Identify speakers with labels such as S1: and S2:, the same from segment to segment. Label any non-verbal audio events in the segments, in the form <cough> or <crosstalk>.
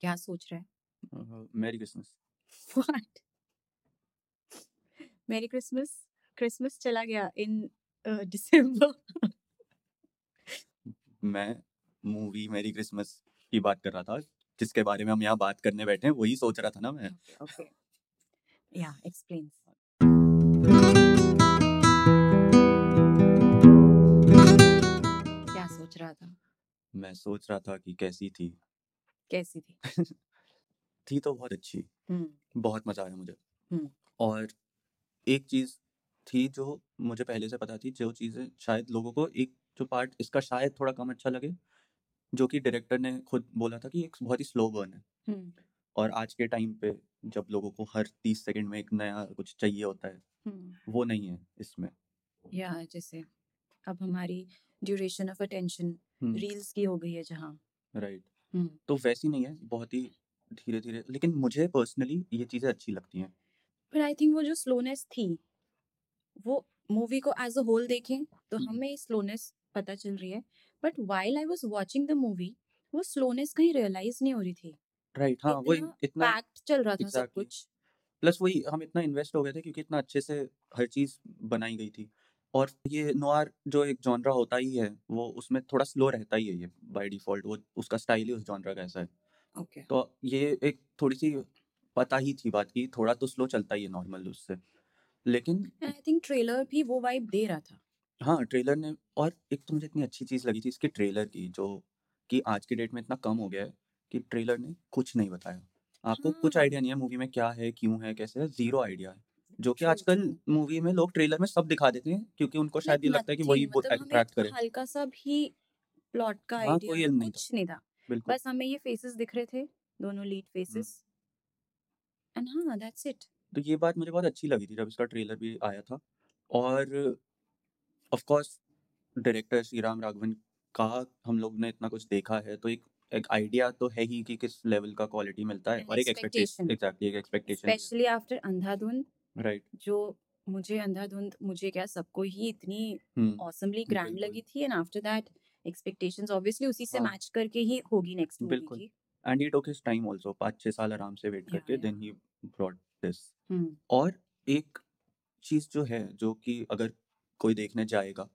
S1: क्या सोच रहा है? <laughs>
S2: मेरी क्रिसमस
S1: व्हाट? मेरी क्रिसमस क्रिसमस चला गया इन <laughs> दिसंबर
S2: मैं मूवी मेरी क्रिसमस की बात कर रहा था जिसके बारे में हम यहाँ बात करने बैठे हैं वही सोच रहा था ना मैं
S1: ओके या एक्सप्लेन क्या सोच रहा था
S2: मैं सोच रहा था कि कैसी थी
S1: कैसी थी
S2: थी तो बहुत अच्छी
S1: हम्म
S2: बहुत मजा आया मुझे
S1: हम्म।
S2: और एक चीज थी जो मुझे पहले से पता थी जो चीजें शायद लोगों को एक जो पार्ट इसका शायद थोड़ा कम अच्छा लगे जो कि डायरेक्टर ने खुद बोला था कि एक बहुत ही स्लो बर्न है
S1: हम्म
S2: और आज के टाइम पे जब लोगों को हर तीस सेकंड में एक नया कुछ चाहिए होता है
S1: हम्म
S2: वो नहीं है इसमें
S1: या जैसे अब हमारी ड्यूरेशन ऑफ अटेंशन रील्स की हो गई है जहाँ
S2: राइट
S1: हम्म
S2: तो वैसी नहीं है बहुत ही धीरे धीरे लेकिन मुझे पर्सनली ये चीज़ें अच्छी लगती हैं
S1: पर आई थिंक वो जो स्लोनेस थी वो मूवी को एज अ होल देखें तो
S2: हम्म।
S1: हमें स्लोनेस पता चल रही है but while I was watching the movie वो स्लोनेस कहीं रियलाइज नहीं हो रही थी
S2: राइट हाँ वही
S1: इतना
S2: इतना
S1: पैक्ड चल रहा था सब
S2: exactly.
S1: कुछ
S2: प्लस वही हम इतना इन्वेस्ट हो गए थे क्योंकि इतना अच्छे से हर चीज़ बनाई गई थी और ये नोआर जो एक जॉनरा होता ही है वो उसमें थोड़ा स्लो रहता ही है ये बाय डिफ़ॉल्ट वो उसका स्टाइल ही उस जॉनरा का ऐसा है
S1: ओके
S2: तो ये एक थोड़ी सी पता ही थी बात की थोड़ा तो स्लो चलता ही है नॉर्मल उससे लेकिन
S1: आई थिंक ट्रेलर भी वो वाइब दे रहा था
S2: हाँ ट्रेलर ने और एक तो मुझे इतनी अच्छी चीज़ लगी थी इसके ट्रेलर की जो कि आज के डेट में इतना कम हो गया है कि ट्रेलर ने कुछ नहीं बताया आपको कुछ
S1: हाँ।
S2: आइडिया नहीं है मूवी में क्या है क्यों है कैसे है जीरो आइडिया है जो कि
S1: True,
S2: आजकल
S1: true.
S2: मूवी में लोग ट्रेलर में सब दिखा देते हैं क्योंकि उनको शायद ये
S1: Like
S2: लगता है कि
S1: nothing,
S2: वही
S1: मतलब हमें
S2: अट्रैक्ट करे
S1: इतना हल्का सा भी प्लॉट का
S2: हाँ कोई हम्म।
S1: आइडिया
S2: इल्म नहीं था
S1: कुछ नहीं था
S2: बिल्कुल
S1: बस हमें ये फेसेस दिख रहे थे दोनों लीड फेसेस एंड हाँ दैट्स इट
S2: तो ये बात मुझे बहुत अच्छी लगी थी जब इसका ट्रेलर भी आया था और of course director Sriram Raghavan का हम लोग ने इतना कुछ देखा है तो एक एक आइडिया तो है ही कि किस लेवल का क्वालिटी मिलता है
S1: An
S2: और एक
S1: expectation.
S2: एक्सपेक्टेशन एग्जैक्टली एक expectation
S1: especially after Andhadhun
S2: right
S1: जो मुझे अंधाधुंध मुझे क्या सबको ही इतनी
S2: हम्म
S1: ऑसमली ग्रैंड
S2: बिल्कुल
S1: लगी थी and after that expectations obviously उसी से
S2: हाँ
S1: मैच करके ही होगी नेक्स्ट मूवी
S2: बिल्कुल
S1: की
S2: and he took his time also पाँच छः साल आराम से वेट
S1: या
S2: करके
S1: या
S2: then he brought this
S1: hmm
S2: और एक चीज़ जो है जो कि अगर कोई देखने जाएगा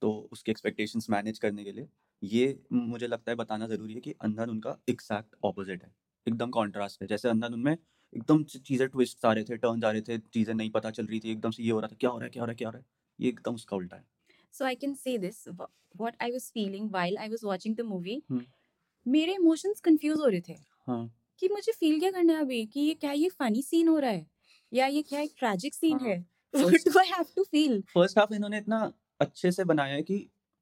S2: तो उसकी एक्सपेक्टेशंस मैनेज करने के लिए ये मुझे लगता है बताना ज़रूरी है कि अंधाधुन उनका एग्जैक्ट ऑपोजिट है एकदम कॉन्ट्रास्ट है जैसे अंधाधुन में एकदम ची- चीज़ें ट्विस्ट आ रहे थे टर्न आ रहे थे चीज़ें नहीं पता चल रही थी एकदम से ये हो रहा था क्या हो रहा है क्या हो रहा है क्या हो रहा है ये एकदम उसका उल्टा है
S1: so I can say this what I was feeling while I was watching the movie
S2: hmm,
S1: मेरे इमोशंस कंफ्यूज हो रहे थे
S2: हाँ
S1: कि मुझे फील क्या करना है अभी कि ये क्या ये फनी सीन हो रहा है या ये क्या एक ट्रेजिक सीन
S2: हाँ
S1: है what do I have to feel
S2: first half इन्होंने इतना अच्छे से बनाया है कि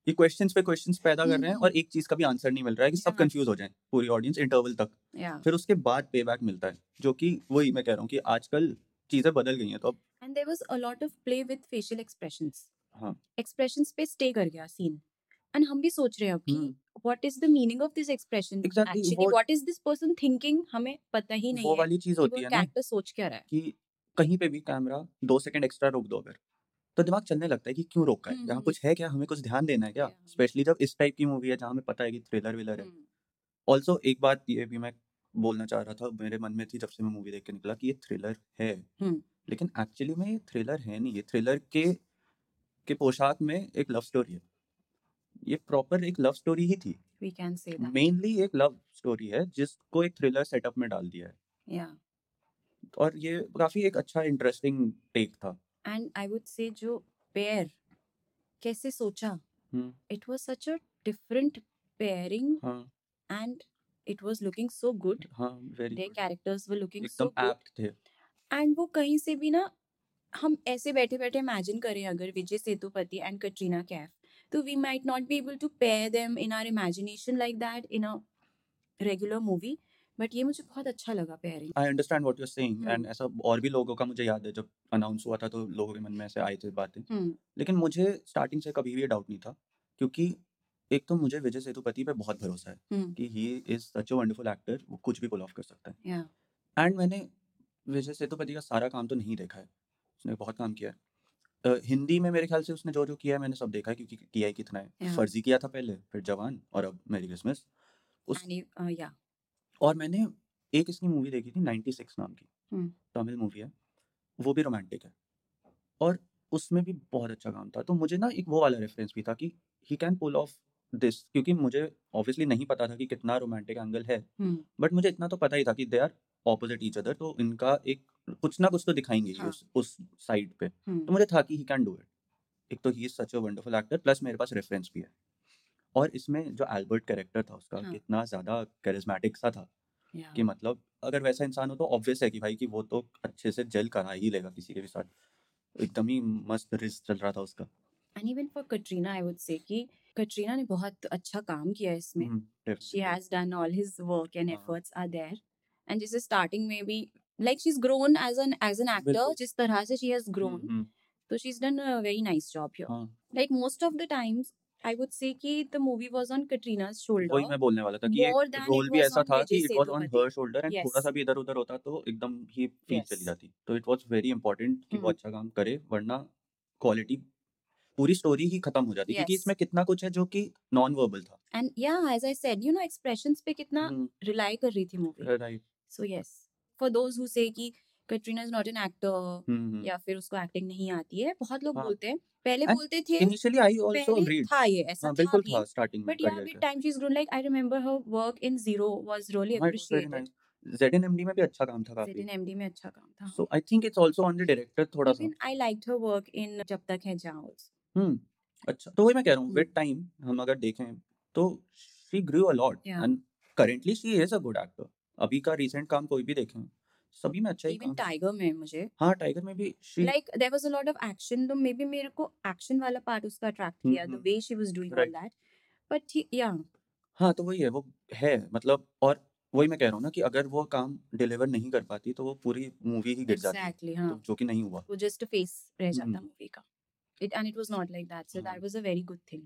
S2: ये क्वेश्चंस पे क्वेश्चंस पैदा कर रहे हैं और
S1: हम्म।
S2: एक चीज का भी आंसर नहीं मिल रहा है कि सब
S1: Yeah.
S2: कंफ्यूज हो जाए पूरी ऑडियंस इंटरवल तक
S1: या
S2: फिर उसके बाद पे बैक मिलता है जो कि वही मैं कह रहा हूँ कि आजकल चीजें बदल गई हैं तो अब
S1: and there was a lot of play with facial expressions
S2: हाँ
S1: एक्सप्रेशन पे स्टे कर गया सीन एंड हम भी सोच रहे हैं अब
S2: हम्म।
S1: कि what is the meaning of this expression
S2: exactly
S1: actually
S2: वो
S1: what is this person thinking हमें पता ही नहीं
S2: वो
S1: है
S2: वाली चीज
S1: कि वो
S2: होती है ना
S1: कैरेक्टर सोच क्या रहा है
S2: कि कहीं पे भी कैमरा दो सेकंड एक्स्ट्रा रोक दो अगर तो दिमाग चलने लगता है कि क्यों रोका है
S1: हम्म,
S2: यहाँ
S1: हम्म,
S2: कुछ है क्या हमें कुछ ध्यान देना है क्या
S1: Yeah.
S2: स्पेशली जब इस टाइप की मूवी है जहाँ हमें पता है कि थ्रिलर विलर है
S1: हम्म,
S2: ऑल्सो एक बात ये भी मैं बोलना चाह रहा था मेरे मन में थी जब से मैं मूवी देख के निकला कि ये थ्रिलर है
S1: हम्म,
S2: लेकिन एक्चुअली में ये थ्रिलर है नहीं ये थ्रिलर के के पोशाक में एक लव स्टोरी है ये प्रॉपर एक लव स्टोरी ही थी
S1: we can say that
S2: mainly एक लव स्टोरी है जिसको एक थ्रिलर सेटअप में डाल दिया है
S1: yeah
S2: और ये काफी एक अच्छा इंटरेस्टिंग टेक था
S1: and i would say जो पेयर कैसे सोचा
S2: हम्म,
S1: it was such a different pairing
S2: हाँ
S1: and it was looking so good
S2: हाँ very
S1: their
S2: good
S1: characters were looking so
S2: एकदम
S1: good
S2: एप्ट थे
S1: एंड वो कहीं से भी ना हम ऐसे बैठे बैठे इमेजिन करें अगर विजय सेतुपति एंड कटरीना कैफ तो we might not be able to pair them in our imagination like that in a regular movie but ये मुझे बहुत अच्छा लगा pairing
S2: I understand what you are saying
S1: hmm
S2: and ऐसा और भी लोगों का मुझे याद है जब अनाउंस हुआ था तो लोगों के मन में ऐसे आए थे बातें
S1: हम्म
S2: लेकिन मुझे स्टार्टिंग से कभी भी ये डाउट नहीं था क्योंकि एक तो मुझे विजय सेतुपति पे बहुत भरोसा है
S1: हम्म
S2: कि he is such a wonderful actor वो कुछ भी पुल ऑफ कर सकता
S1: या
S2: है एंड मैंने विजय सेतुपति का सारा काम तो नहीं देखा है उसने बहुत काम किया है अ, हिंदी में मेरे ख्याल से उसने जो जो किया है मैंने सब देखा है क्योंकि किया ही कितना है
S1: या
S2: फर्जी
S1: e-, uh,
S2: किया था पहले फिर जवान और अब मेरी क्रिसमस उस
S1: एंड या
S2: और मैंने एक इसकी मूवी देखी थी 96 नाम की
S1: हम्म।
S2: तमिल मूवी है वो भी रोमांटिक है और उसमें भी बहुत अच्छा काम था तो मुझे ना एक वो वाला रेफरेंस भी था कि he can pull off this क्योंकि मुझे ऑब्वियसली नहीं पता था कि कितना रोमांटिक एंगल है
S1: हम्म,
S2: बट मुझे इतना तो पता ही था कि they are opposite each other तो इनका एक कुछ ना कुछ तो दिखाएंगे ही
S1: हाँ।
S2: उस उस साइड पे तो
S1: हम्म,
S2: मुझे था कि ही कैन डू इट एक तो he is such a wonderful actor plus मेरे पास रेफरेंस भी है और इसमें जो एल्बर्ट कैरेक्टर था उसका
S1: हाँ।
S2: कितना ज़्यादा करिज्मेटिक सा था
S1: yeah.
S2: कि मतलब अगर वैसा इंसान हो तो ऑब्वियस है कि भाई कि वो तो अच्छे से जल करा ही लेगा किसी के भी साथ एकदम ही मस्त रिस्क चल रहा था उसका
S1: and even for Katrina I would say कि कटरीना ने बहुत अच्छा काम किया है इसमें
S2: हम्म,
S1: she
S2: definitely.
S1: has done all his work and
S2: हाँ।
S1: efforts are there and just starting maybe like she's grown as an as an actor
S2: बिल्कुल।
S1: जिस तरह से she has grown
S2: hmm,
S1: so तो she's done a very nice job here
S2: हाँ
S1: like most of the times i would say कि the movie was on katrina's shoulder
S2: वही मैं बोलने वाला था कि
S1: More than
S2: रोल
S1: it
S2: भी
S1: was
S2: ऐसा
S1: on
S2: था कि
S1: Vijay
S2: it was on
S1: Sethupathi.
S2: Her shoulder and
S1: तो Yes.
S2: थोड़ा सा भी इधर उधर होता तो एकदम ही फील
S1: Yes.
S2: चली जाती तो इट वाज वेरी इंपॉर्टेंट कि वो
S1: हम्म।
S2: अच्छा काम करे वरना क्वालिटी पूरी स्टोरी ही खत्म हो जाती क्योंकि
S1: Yes.
S2: इसमें कितना कुछ है जो कि नॉन वर्बल था हम्म,
S1: and yeah as i said you know expressions पे कितना rely कर रही थी movie
S2: right
S1: so yes for those who say कि katrina is not an actor
S2: हम्म,
S1: या फिर उसको एक्टिंग नहीं आती है बहुत लोग
S2: हाँ।
S1: बोलते हैं पहले
S2: And
S1: बोलते थे
S2: इनिशियली आई आल्सो
S1: पहले
S2: अग्रीड
S1: था ये ऐसा था
S2: हां हाँ, बिल्कुल
S1: भी
S2: था स्टार्टिंग में
S1: बट या with time she is grown like I remember her work in Zero was really appreciated
S2: ZNMD में भी अच्छा काम था काफी
S1: जेड एमडी में अच्छा काम था
S2: so I think it's also on the director थोड़ा सा
S1: even I like her work in Jab Tak है जाओ
S2: हम्म अच्छा तो वही मैं कह रहा हूँ
S1: हम्म।
S2: विद टाइम हम अगर देखें तो she grew a lot
S1: Yeah.
S2: And currently she is a good actor अभी का रिसेंट काम कोई भी देखें सभी में अच्छा ही
S1: इवन
S2: काम
S1: टाइगर में मुझे
S2: हाँ टाइगर में भी she
S1: like there was a lot of action तो मे बी मेरे को एक्शन वाला पार्ट उसका अट्रैक्ट किया the
S2: hmm,
S1: way she was doing all
S2: Right.
S1: That but या
S2: हाँ तो वही है वो है मतलब और वही मैं कह रहा हूँ ना कि अगर वो काम डिलीवर नहीं कर पाती तो वो पूरी मूवी ही गिर जाती है,
S1: एग्जैक्टली हाँ
S2: तो जो कि नहीं हुआ
S1: वो जस्ट फेस रह जाता
S2: हम्म।
S1: मूवी का it and it was not like that so
S2: हाँ।
S1: That was a very good thing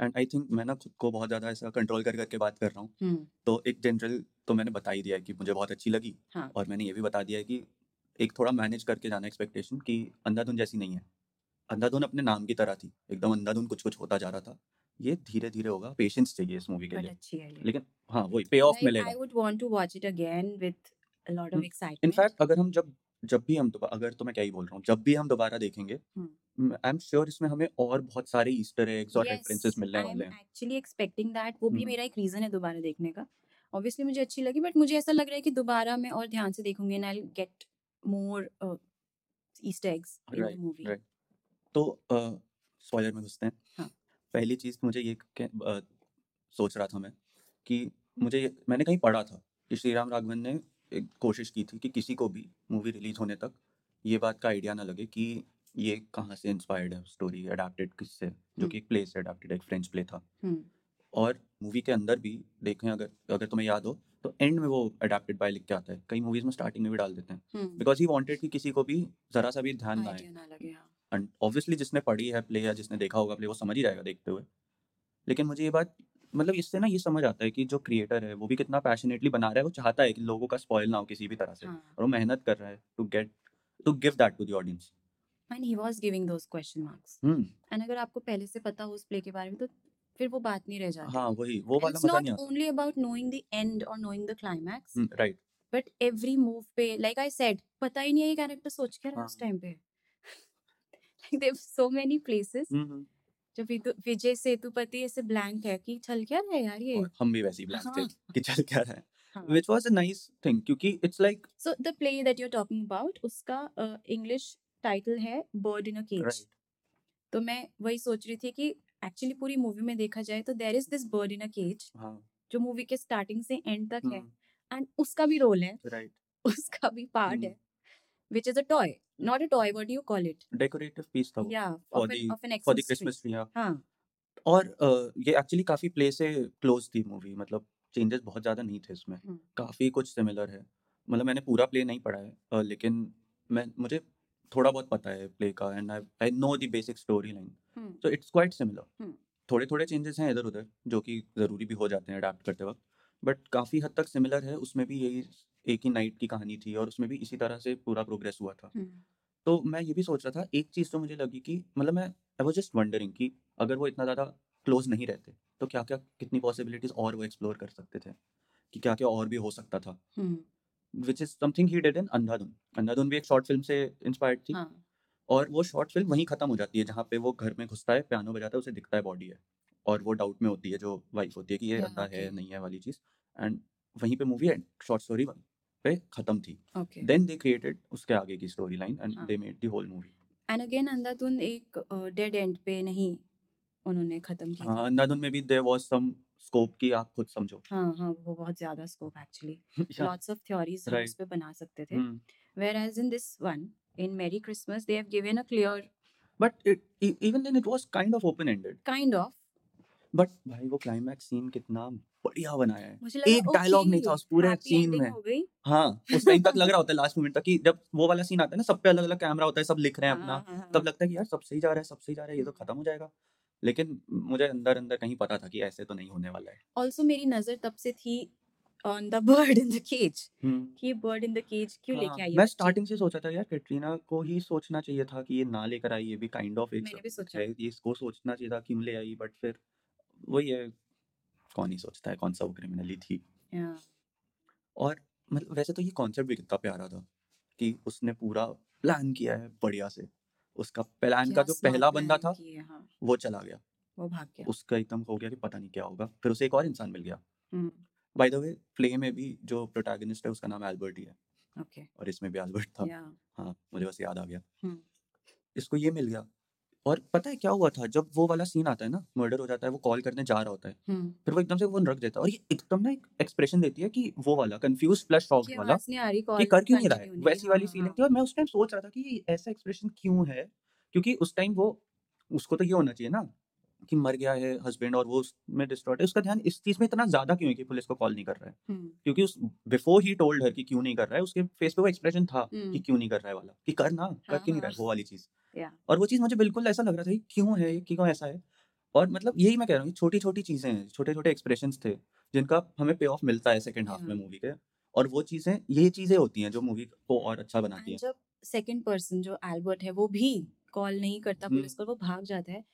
S2: and I think मैं ना खुद को बहुत ज़्यादा ऐसा कंट्रोल कर करके बात कर रहा हूँ तो एक जनरल तो मैंने बता ही दिया है कि मुझे बहुत अच्छी लगी
S1: हाँ।
S2: और मैंने ये भी बता दिया है कि एक थोड़ा मैनेज करके जाना एक्सपेक्टेशन कि अंधाधुन जैसी नहीं है अंधाधुन अपने नाम की तरह थी एकदम अंधाधुन कुछ कुछ होता जा रहा था ये धीरे धीरे होगा पेशेंस चाहिए इस मूवी के
S1: बट
S2: लिए
S1: अच्छी है ये
S2: लेकिन हाँ वही पे ऑफ मिलेगा
S1: I would want to watch it again with a lot of
S2: Hmm.
S1: excitement
S2: in fact अगर हम जब जब भी हम दोबारा अगर तो मैं क्या ही बोल रहा हूँ जब भी हम दोबारा देखेंगे आई एम श्योर इसमें हमें और बहुत सारे ईस्टर एग्स और रेफरेंसेस मिलने
S1: आई एम
S2: वाले हैं
S1: एक्चुअली एक्सपेक्टिंग दैट वो भी
S2: हम्म।
S1: मेरा एक रीजन है दोबारा देखने का ऑब्वियसली मुझे अच्छी लगी बट मुझे ऐसा लग रहा है कि दोबारा मैं और ध्यान से देखूंगी and I get more Easter eggs in the
S2: Right,
S1: movie
S2: right. तो स्पॉइलर में घुसते हैं
S1: हाँ।
S2: पहली चीज मुझे ये कह- अ, सोच रहा था मैं कि मुझे ये- मैंने कहीं पढ़ा था कि श्री राम राघवन ने एक कोशिश की थी कि किसी को भी मूवी रिलीज होने तक ये बात का आइडिया ना लगे कि ये कहाँ से इंस्पायर्ड है स्टोरी अडेप्टेड किससे
S1: हम्म।
S2: जो कि एक प्ले से अडेप्टेड एक फ्रेंच प्ले था और मूवी के अंदर भी देखें अगर अगर तुम्हें याद हो तो एंड में वो अडेप्टेड बाय लिख के आता है कई मूवीज में स्टार्टिंग में भी डाल देते हैं बिकॉज ही वांटेड कि किसी को भी जरा सा भी ध्यान ना आए
S1: हम्म। आइडिया ना लगे हाँ
S2: एंड ऑब्वियसली जिसने पढ़ी है प्ले या जिसने देखा होगा प्ले वो समझ ही जाएगा देखते हुए लेकिन मुझे ये बात मतलब इससे ना ये समझ आता है कि जो क्रिएटर है वो भी कितना पैशनेटली बना रहा है वो चाहता है कि लोगों का स्पॉइल ना हो किसी भी तरह से और
S1: हाँ
S2: वो मेहनत कर रहा है to get to give that to the audience
S1: and he was giving those question marks
S2: hmm
S1: and अगर आपको पहले से पता हो उस प्ले के बारे में तो फिर वो बात नहीं रह जाती
S2: हाँ वही वो वाला
S1: इट्स
S2: मजा
S1: नॉट
S2: नहीं हम्म।
S1: Only about knowing the end और नोइंग द क्लाइमैक्स
S2: आता राइट
S1: बट एवरी मूव पे लाइक आई सेड पता ही नहीं है ये कैरेक्टर सोच क्या रहा है उस
S2: हाँ।
S1: टाइम पे <laughs> like there so many places
S2: हम्म।
S1: जो विदु- विजय सेतुपति ऐसे ब्लैंक है कि चल क्या रहा है यार ये
S2: और हम भी वैसे ही ब्लैंक थे
S1: हाँ,
S2: कि चल क्या रहा है
S1: हाँ।
S2: Which was a nice thing क्योंकि it's like
S1: So the play that you're talking about, उसका इंग्लिश टाइटल है bird in a cage
S2: right
S1: तो मैं वही सोच रही थी कि एक्चुअली पूरी मूवी में देखा जाए तो there is this bird in a cage
S2: हाँ हम्म,
S1: जो मूवी के स्टार्टिंग से एंड तक है एंड उसका भी रोल है <laughs>
S2: राइट
S1: उसका भी पार्ट
S2: हम्म।
S1: है which is a toy not a toy what you call it
S2: decorative piece था
S1: या
S2: for
S1: of
S2: the
S1: an of an
S2: for the Christmas tree
S1: हाँ
S2: और अ, ये एक्चुअली काफी प्ले से क्लोज थी मूवी मतलब चेंजेस बहुत ज्यादा नहीं थे इसमें
S1: हम्म,
S2: काफी कुछ सिमिलर है मतलब मैंने पूरा प्ले नहीं पढ़ा है अ, लेकिन मैं मुझे थोड़ा बहुत पता है प्ले का and I I know the basic story line
S1: hmm,
S2: so it's quite similar
S1: hmm.
S2: थोड़े थोड़े चेंजेस हैं इधर उधर जो कि ज़रूरी भी हो जाते हैं अडाप्ट करते वक्त बट काफ़ी हद तक सिमिलर है उसमें भी यही एक ही नाइट की कहानी थी और उसमें भी इसी तरह से पूरा प्रोग्रेस हुआ था
S1: हम्म,
S2: तो मैं ये भी सोच रहा था एक चीज़ तो मुझे लगी कि मतलब मैं आई वॉज जस्ट वंडरिंग कि अगर वो इतना ज़्यादा क्लोज नहीं रहते तो क्या क्या कितनी पॉसिबिलिटीज़ और वो एक्सप्लोर कर सकते थे कि क्या क्या और भी हो सकता था
S1: हम्म,
S2: which is something he did in Andhadhun Andhadhun भी एक शॉर्ट फिल्म से इंस्पायर्ड थी
S1: हाँ
S2: और वो शॉर्ट फिल्म वहीं खत्म हो जाती है जहाँ पे वो घर में घुसता है पियानो बजाता है उसे दिखता है बॉडी है और वो डाउट में होती है जो वाइफ होती है कि ये
S1: Yeah,
S2: अंधा है
S1: हाँ, okay.
S2: नहीं है वाली चीज एंड वहीं पे मूवी एंड शॉर्ट स्टोरी पे खत्म थी
S1: ओके
S2: देन दे क्रिएटेड उसके आगे की स्टोरी लाइन एंड
S1: हाँ।
S2: They made the whole movie
S1: and again Andhadhun एक डेड एंड पे नहीं उन्होंने खत्म की थी।
S2: हाँ, अंधाधुन में भी देयर वाज सम स्कोप की आप खुद
S1: <laughs>
S2: समझो
S1: हाँ हाँ वो बहुत ज्यादा scope actually
S2: Yeah,
S1: lots of theories
S2: अच्छा. Right.
S1: उस पे बना सकते थे
S2: हम्म।
S1: Whereas in this one in Merry Christmas they have given a clear
S2: but it even then it was kind of open ended
S1: kind of
S2: but भाई वो climax scene कितना बढ़िया बनाया है
S1: मुझे लगा
S2: एक dialogue नहीं था उस पूरे
S1: happy
S2: scene
S1: ending
S2: में।
S1: हो गई
S2: हाँ उस टाइम तक लग रहा होता है लास्ट मोमेंट तक कि जब वो वाला सीन आता है ना सब पे अलग अलग कैमरा होता है सब लिख रहे
S1: हाँ,
S2: हैं अपना तब लगता है कि यार सब सही जा रहा है सब सही जा रहा है ये तो खत्म हो जाएगा लेकिन मुझे अंदर अंदर कहीं पता था कि ऐसे तो नहीं होने वाला है
S1: आल्सो मेरी नजर तब से थी on the bird in the cage कि बर्ड इन द केज क्यों लेके
S2: हम्म, हाँ,
S1: आई है
S2: मैं
S1: बच्ची?
S2: स्टार्टिंग से सोचा था यार कैटरीना को ही सोचना चाहिए था कि ये ना लेकर आई ये भी काइंड ऑफ एक
S1: मैंने भी सोचा।
S2: है ये इसको सोचना चाहिए था क्यों ले आई बट फिर वही है कौन ही सोचता है कौन सा वो क्रिमिनल ही थी
S1: Yeah.
S2: और मतलब वैसे तो ये कॉन्सेप्ट भी कितना प्यारा था कि उसने पूरा प्लान किया है बढ़िया से उसका प्लान
S1: क्या
S2: का जो
S1: smart
S2: पहला बंदा
S1: planning
S2: था
S1: की है, हाँ,
S2: वो चला गया
S1: वो भाग गया
S2: उसका एकदम हो गया कि पता नहीं क्या होगा फिर उसे एक और इंसान मिल गया
S1: हम्म,
S2: बाय द वे प्ले में भी जो प्रोटैगनिस्ट है उसका नाम एल्बर्ट ही है
S1: okay,
S2: और इसमें भी एल्बर्ट था
S1: yeah,
S2: हाँ मुझे बस याद आ गया
S1: हम्म।
S2: इसको ये मिल गया और पता है क्या हुआ था जब वो वाला सीन आता है ना मर्डर हो जाता है वो कॉल करने जा रहा होता है
S1: हम्म,
S2: फिर वो एकदम से फोन रख देता है और ये एकदम ना एक एक्सप्रेशन देती है कि वो वाला कंफ्यूज प्लस शॉक
S1: कि
S2: वाला
S1: आवाज नहीं आ रही
S2: कि
S1: कॉल
S2: कर क्यों नहीं रहा हाँ, है वैसी वाली फीलिंग थी और मैं उस टाइम सोच रहा था कि ये ऐसा एक्सप्रेशन क्यों है क्योंकि उस टाइम वो उसको तो ये होना चाहिए ना कि मर गया है हस्बैंड और वो उसमें डिस्टर्ट है उसका ध्यान इस चीज में इतना ज्यादा क्यों है कि पुलिस को कॉल नहीं कर रहा है
S1: हाँ।
S2: क्योंकि उस बिफोर ही टोल्ड हर कि क्यों नहीं कर रहा है उसके फेस पे वो एक्सप्रेशन था कि क्यों नहीं कर रहा है वाला कि कर ना कर
S1: हाँ,
S2: क्यों नहीं रहा है
S1: हाँ।
S2: वो वाली चीज
S1: Yeah.
S2: और वो चीज मुझे बिल्कुल ऐसा लग रहा था कि क्यों है ये, क्यों ऐसा है और मतलब यही मैं कह रहा हूँ छोटी छोटी चीजें हैं छोटे छोटे एक्सप्रेशन थे जिनका हमें पे ऑफ मिलता है सेकंड हाफ में
S1: हाँ।
S2: मूवी के और वो चीजें यही चीजें होती हैं जो मूवी को और अच्छा बनाती हैं
S1: एंड जब सेकंड पर्सन जो एल्बर्ट है वो भी कॉल नहीं करता पुलिस
S2: हम्म।
S1: को वो भाग जाता है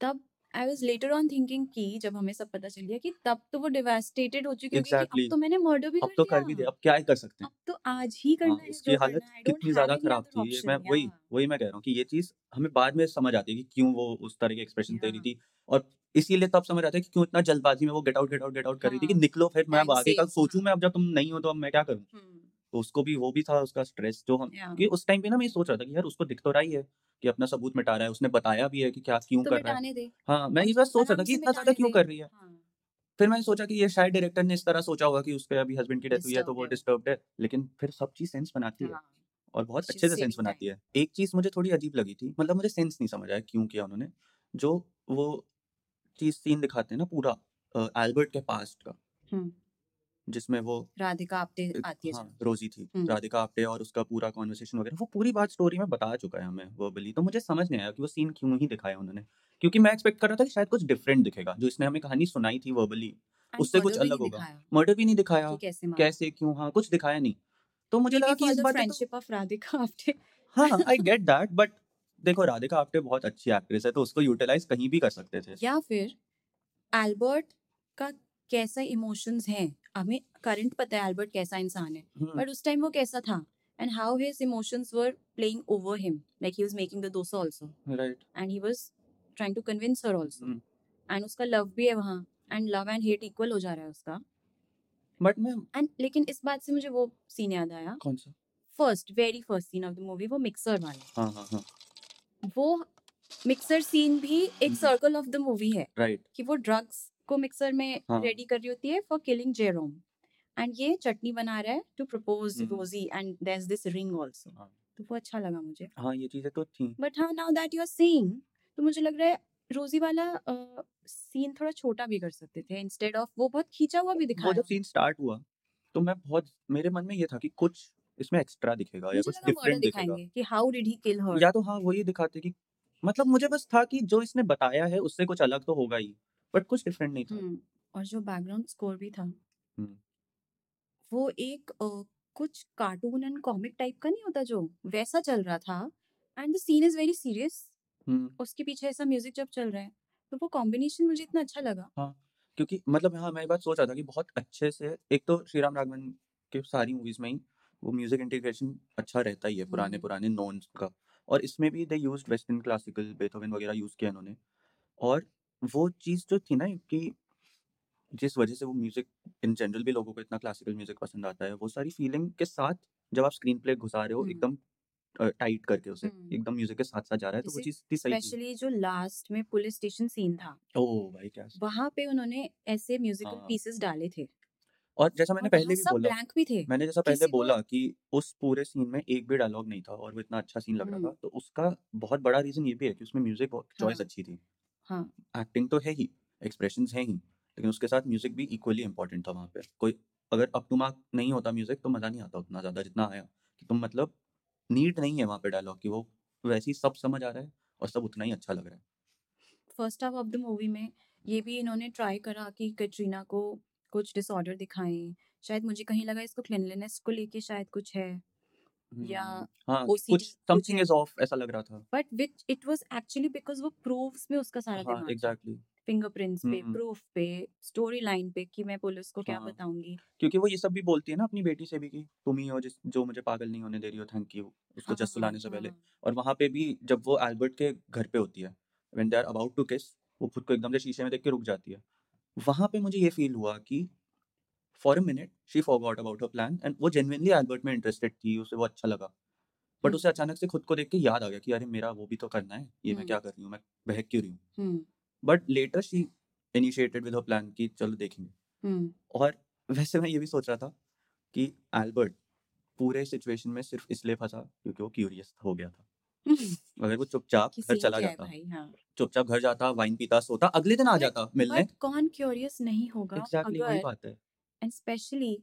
S1: तब I was later on thinking कि जब हमें सब पता चल गया कि तब तो वो डिवास्टेटेड हो चुकी होगी कि अब
S2: Exactly.
S1: तो मैंने मर्डर भी
S2: अब
S1: कर
S2: तो
S1: दिया
S2: कर भी दे अब क्या ही कर सकते हैं
S1: अब तो आज ही करना
S2: हाँ,
S1: है
S2: उसकी
S1: जो
S2: हालत
S1: करना है
S2: कितनी ज्यादा खराब थी ये मैं वही वही मैं कह रहा हूँ कि ये चीज हमें बाद में समझ आती है कि क्यों वो उस तरह के एक्सप्रेशन दे रही
S1: Yeah.
S2: थी और इसीलिए तब समझ आता है कि क्यों इतना जल्दबाजी में वो get out get out get out कर रही थी कि
S1: हाँ,
S2: निकलो फिर मैं अब
S1: time
S2: आगे का
S1: save,
S2: सोचूं
S1: हाँ।
S2: मैं अब जब तुम नहीं हो तो अब मैं क्या करूं तो उसको भी वो भी था उसका स्ट्रेस जो हम
S1: Yeah.
S2: कि उस टाइम पे ना मैं ये सोच रहा था कि यार उसको दिख तो रहा ही है कि अपना सबूत मिटा रहा है उसने बताया भी है कि क्या क्यों
S1: तो
S2: कर रहा है
S1: मिटाने दे
S2: हाँ मैं इस बार सोच रहा
S1: आराम
S2: था कि
S1: से
S2: इतना ज्यादा
S1: मिटाने
S2: क्यों
S1: दे।
S2: कर रही है
S1: हाँ,
S2: फिर मैंने सोचा कि ये शायद डायरेक्टर ने इस तरह सोचा होगा कि उसके अभी हस्बैंड की डेथ हुई है तो
S1: Disturbed
S2: वो
S1: है।
S2: डिस्टर्ब है लेकिन फिर सब चीज सेंस बनाती है
S1: हाँ,
S2: और बहुत
S1: She's
S2: अच्छे से सेंस
S1: saving
S2: बनाती है एक चीज मुझे थोड़ी अजीब लगी थी मतलब मुझे सेंस नहीं समझ आया क्यों किया उन्होंने जो वो चीज सीन दिखाते हैं ना पूरा एल्बर्ट के पास्ट का
S1: हम्म।
S2: जिसमें वो
S1: राधिका आपटे
S2: एक-
S1: आती है
S2: हाँ,
S1: जब।
S2: रोजी थी
S1: हम्म।
S2: राधिका आप्टे और उसका पूरा कॉन्वर्सेशन वगैरह वो पूरी बात स्टोरी में बता चुका है हमें वो बिली तो मुझे समझ नहीं आया कि वो सीन क्यों ही दिखाया उन्होंने क्योंकि मैं एक्सपेक्ट कर रहा था कि शायद कुछ डिफरेंट दिखेगा जो इसने हमें कहानी सुनाई थी वर्बली
S1: And
S2: उससे कुछ
S1: further भी
S2: अलग
S1: नहीं
S2: होगा।
S1: दिखाया
S2: मर्डर भी नहीं दिखाया
S1: कि कैसे मारा।
S2: कैसे क्यों हाँ कुछ दिखाया नहीं तो मुझे लगा
S1: Maybe
S2: कि
S1: for
S2: इस
S1: the
S2: बार तो
S1: friendship of <laughs> Radhika after
S2: हाँ आई गेट दैट बट देखो राधिका आप्टे बहुत अच्छी एक्ट्रेस है तो उसको यूटिलाइज कहीं भी कर सकते थे
S1: या फिर एल्बर्ट का कैसा इमोशंस हैं हमें करंट पता है एल्बर्ट कैसा इंसान है
S2: हम्म,
S1: बट उस टाइम वो कैसा था and how his emotions were playing over him like he was making the dosa also
S2: right
S1: and he was trying to convince her also
S2: hmm.
S1: And उसका लव भी है वहाँ and love and hate equal हो जा रहा है उसका
S2: but मैं
S1: एंड लेकिन इस बात से मुझे वो सीन याद आया
S2: कौन सा
S1: first very first scene of the movie वो मिक्सर वाला
S2: हाँ हाँ हाँ
S1: वो मिक्सर सीन भी एक
S2: हम्म।
S1: सर्कल ऑफ द मूवी है
S2: राइट
S1: कि वो ड्रग्स को मिक्सर में
S2: हाँ।
S1: रेडी कर रही होती है फॉर किलिंग जेरोम एंड ये चटनी बना रहा है to propose
S2: hmm.
S1: Rosie and there is this ring also
S2: हाँ।
S1: तो वो अच्छा लगा मुझे
S2: हाँ ये चीजें तो थी
S1: बट हाँ now that you are saying तो मुझे लग रहा है रोजी वाला सीन थोड़ा छोटा भी कर सकते थे इंस्टेड ऑफ वो बहुत खींचा हुआ भी
S2: वो
S1: दिखाया
S2: जब सीन स्टार्ट हुआ तो मैं बहुत मेरे मन में ये था कि कुछ इसमें एक्स्ट्रा दिखेगा अच्छा, या
S1: मुझे
S2: कुछ
S1: लगा मर्डर
S2: डिफरेंट दिखेगा
S1: दिखाएंगे कि how did he kill her
S2: या तो हाँ वो ये दिखाते कि मतलब मुझे बस था कि जो इसने बताया है उससे कुछ अलग तो होगा ही बट कुछ डिफरेंट नहीं था
S1: हम्म, और जो बैकग्राउंड स्कोर भी था
S2: हम्म।
S1: वो एक अ, कुछ कार्टून एंड कॉमिक टाइप का नहीं होता जो वैसा चल रहा था and the scene is very serious
S2: हम्म,
S1: उसके पीछे ऐसा म्यूजिक जब चल रहा है तो वो कॉम्बिनेशन मुझे इतना अच्छा लगा
S2: क्योंकि मतलब हाँ मैं ये बात सोच रहा था कि बहुत अच्छे से एक तो श्री राम राघवन के सारी मूवीज में ही वो म्यूजिक इंटीग्रेशन अच्छा रहता ही है पुराने
S1: हम्म
S2: पुराने नोन्स का और इसमें भी they use western classical Beethoven वगैरह यूज किया इन्होंने और वो चीज़ जो थी ना कि जिस वजह से वो म्यूजिक इन जनरल भी लोगों को इतना क्लासिकल म्यूजिक पसंद आता है वो सारी फीलिंग के साथ जब आप स्क्रीन प्ले घुसा रहे हो
S1: हम्म
S2: एकदम टाइट करके उसे
S1: हम्म।
S2: एकदम म्यूजिक के साथ साथ जा रहा है तो वो
S1: जैसे
S2: चीज़ इतनी सही थी
S1: स्पेशली जो लास्ट में पुलिस स्टेशन सीन था
S2: ओह भाई क्या
S1: वहां पे उन्होंने ऐसे म्यूजिकल
S2: हाँ
S1: पीसेस डाले थे
S2: और जैसा मैंने
S1: और वहां
S2: पहले भी
S1: सब
S2: बोला
S1: ब्लैंक भी थे
S2: मैंने जैसा पहले
S1: किसी को
S2: बोला कि उस पूरे सीन में एक भी डायलॉग नहीं था और वो इतना अच्छा सीन लग रहा था
S1: हम्म
S2: तो उसका बहुत बड़ा रीजन ये भी है कि उसमें म्यूजिक चॉइस
S1: हाँ
S2: अच्छी थी
S1: हाँ
S2: एक्टिंग तो है ही एक्सप्रेशन है ही लेकिन उसके साथ म्यूजिक भी इक्वली इंपॉर्टेंट था वहाँ पे कोई अगर अप टू मार्क नहीं होता म्यूजिक तो मज़ा नहीं आता उतना ज़्यादा जितना आया कि तुम मतलब नीड नहीं है वहाँ पे डायलॉग की वो वैसे ही सब समझ आ रहा है और सब उतना ही अच्छा लग रहा है
S1: first half of the movie में ये भी इन्होंने ट्राई करा कि कैटरीना को कुछ डिसऑर्डर दिखाएं शायद मुझे कहीं लगा इसको क्लिनलीनेस को लेके शायद कुछ है या
S2: हम्म, हाँ कि कुछ
S1: ओसीडी कुछ
S2: समथिंग
S1: है
S2: इज ऑफ ऐसा लग रहा था
S1: but which it was actually because वो प्रूफ्स में उसका सारा
S2: हाँ
S1: दिमाग था
S2: एग्जैक्टली
S1: फिंगरप्रिंट्स पे
S2: हम्म
S1: प्रूफ पे स्टोरी लाइन पे कि मैं पुलिस को क्या
S2: हाँ
S1: बताऊंगी
S2: क्योंकि वो ये सब भी बोलती है ना अपनी बेटी से भी कि तुम ही हो जिस जो मुझे पागल नहीं होने दे रही हो थैंक यू उसको जस्ट
S1: हाँ
S2: सुलाने से पहले
S1: हाँ
S2: और वहां पे भी जब वो एल्बर्ट के घर पे होती है when they are about to kiss वो खुद को एकदम से शीशे में देख के रुक जाती है वहां पे मुझे ये फील हुआ कि for a minute she forgot about her plan and वो जेनुइनली एल्बर्ट में इंटरेस्टेड थी उसे वो अच्छा लगा बट उसे
S1: हम्म
S2: अचानक से खुद को देख के याद आ गया कि अरे मेरा वो भी तो करना है ये मैं
S1: हम्म
S2: क्या कर रही हूँ मैं बहक क्यों रही हूँ
S1: हम्म
S2: but later she initiated with her plan कि चलो देखेंगे
S1: हम्म
S2: और वैसे मैं ये भी सोच रहा था कि एल्बर्ट पूरे सिचुएशन में सिर्फ इसलिए फंसा क्योंकि वो क्यूरियस हो गया था <laughs> अगर वो चुपचाप
S1: हम्म, कि
S2: घर
S1: सीन
S2: चला
S1: क्या है
S2: जाता
S1: भाई हाँ
S2: चुपचाप घर जाता वाइन पीता सोता अगले दिन आ
S1: बट
S2: जाता मिलने
S1: बट कौन क्यूरियस नहीं होगा
S2: एग्जैक्टली वही
S1: अगर
S2: बात है
S1: एंड स्पेशली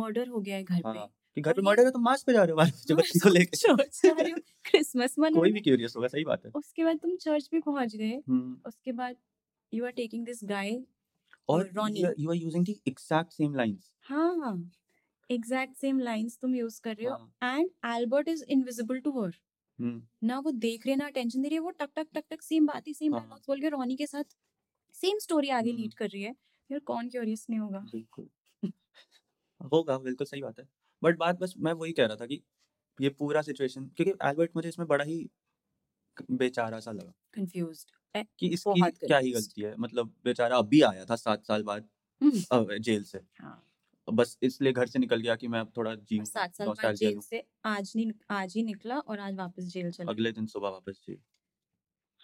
S1: मर्डर हो गया है घर पे <laughs>
S2: हाँ कि घर
S1: और
S2: पे
S1: ये
S2: मर्डर है तो मास पे जा रहे हो बाहर
S1: <laughs> हाँ
S2: बच्चे बच्ची को
S1: तुम
S2: लेके
S1: चर्च जा रहे हो क्रिसमस
S2: <laughs> कोई भी
S1: मनाने
S2: क्यूरियस होगा सही बात है
S1: उसके बाद तुम चर्च भी पहुंच गए
S2: हम्म
S1: उसके बाद you are taking this guy
S2: और
S1: Ronnie
S2: you are using the exact same lines
S1: हाँ एग्जैक्ट सेम लाइंस तुम यूज कर रहे हो
S2: हाँ
S1: and Albert is invisible to her
S2: हम्म
S1: ना वो देख रहे हैं, ना अटेंशन दे रही है वो टक टक टक टक सेम बात ही सेम
S2: हाँ
S1: डायलॉग्स बोल के रोनी के साथ सेम स्टोरी आगे
S2: हम्म
S1: लीड कर रही है यार कौन क्यूरियस नहीं होगा
S2: बिल्कुल होगा बिल्कुल सही बात है बट बात बस मैं वही कह रहा था कि ये पूरा सिचुएशन क्योंकि एल्बर्ट मुझे इसमें बड़ा ही बेचारा सा लगा
S1: कंफ्यूज्ड
S2: कि इसकी
S1: बहुत
S2: क्या ही
S1: कंफ्यूज्ड
S2: गलती है मतलब बेचारा अभी आया था सात साल बाद
S1: हम्म।
S2: अ, जेल से
S1: हाँ
S2: बस इसलिए घर से निकल गया कि मैं अब थोड़ा
S1: और
S2: जीऊंगा
S1: सात साल बाद
S2: नॉस्टैल्जिया
S1: जेल
S2: लूं
S1: से आज नहीं आज ही निकला और आज वापस जेल चला
S2: अगले
S1: गया
S2: दिन सुबह वापस जेल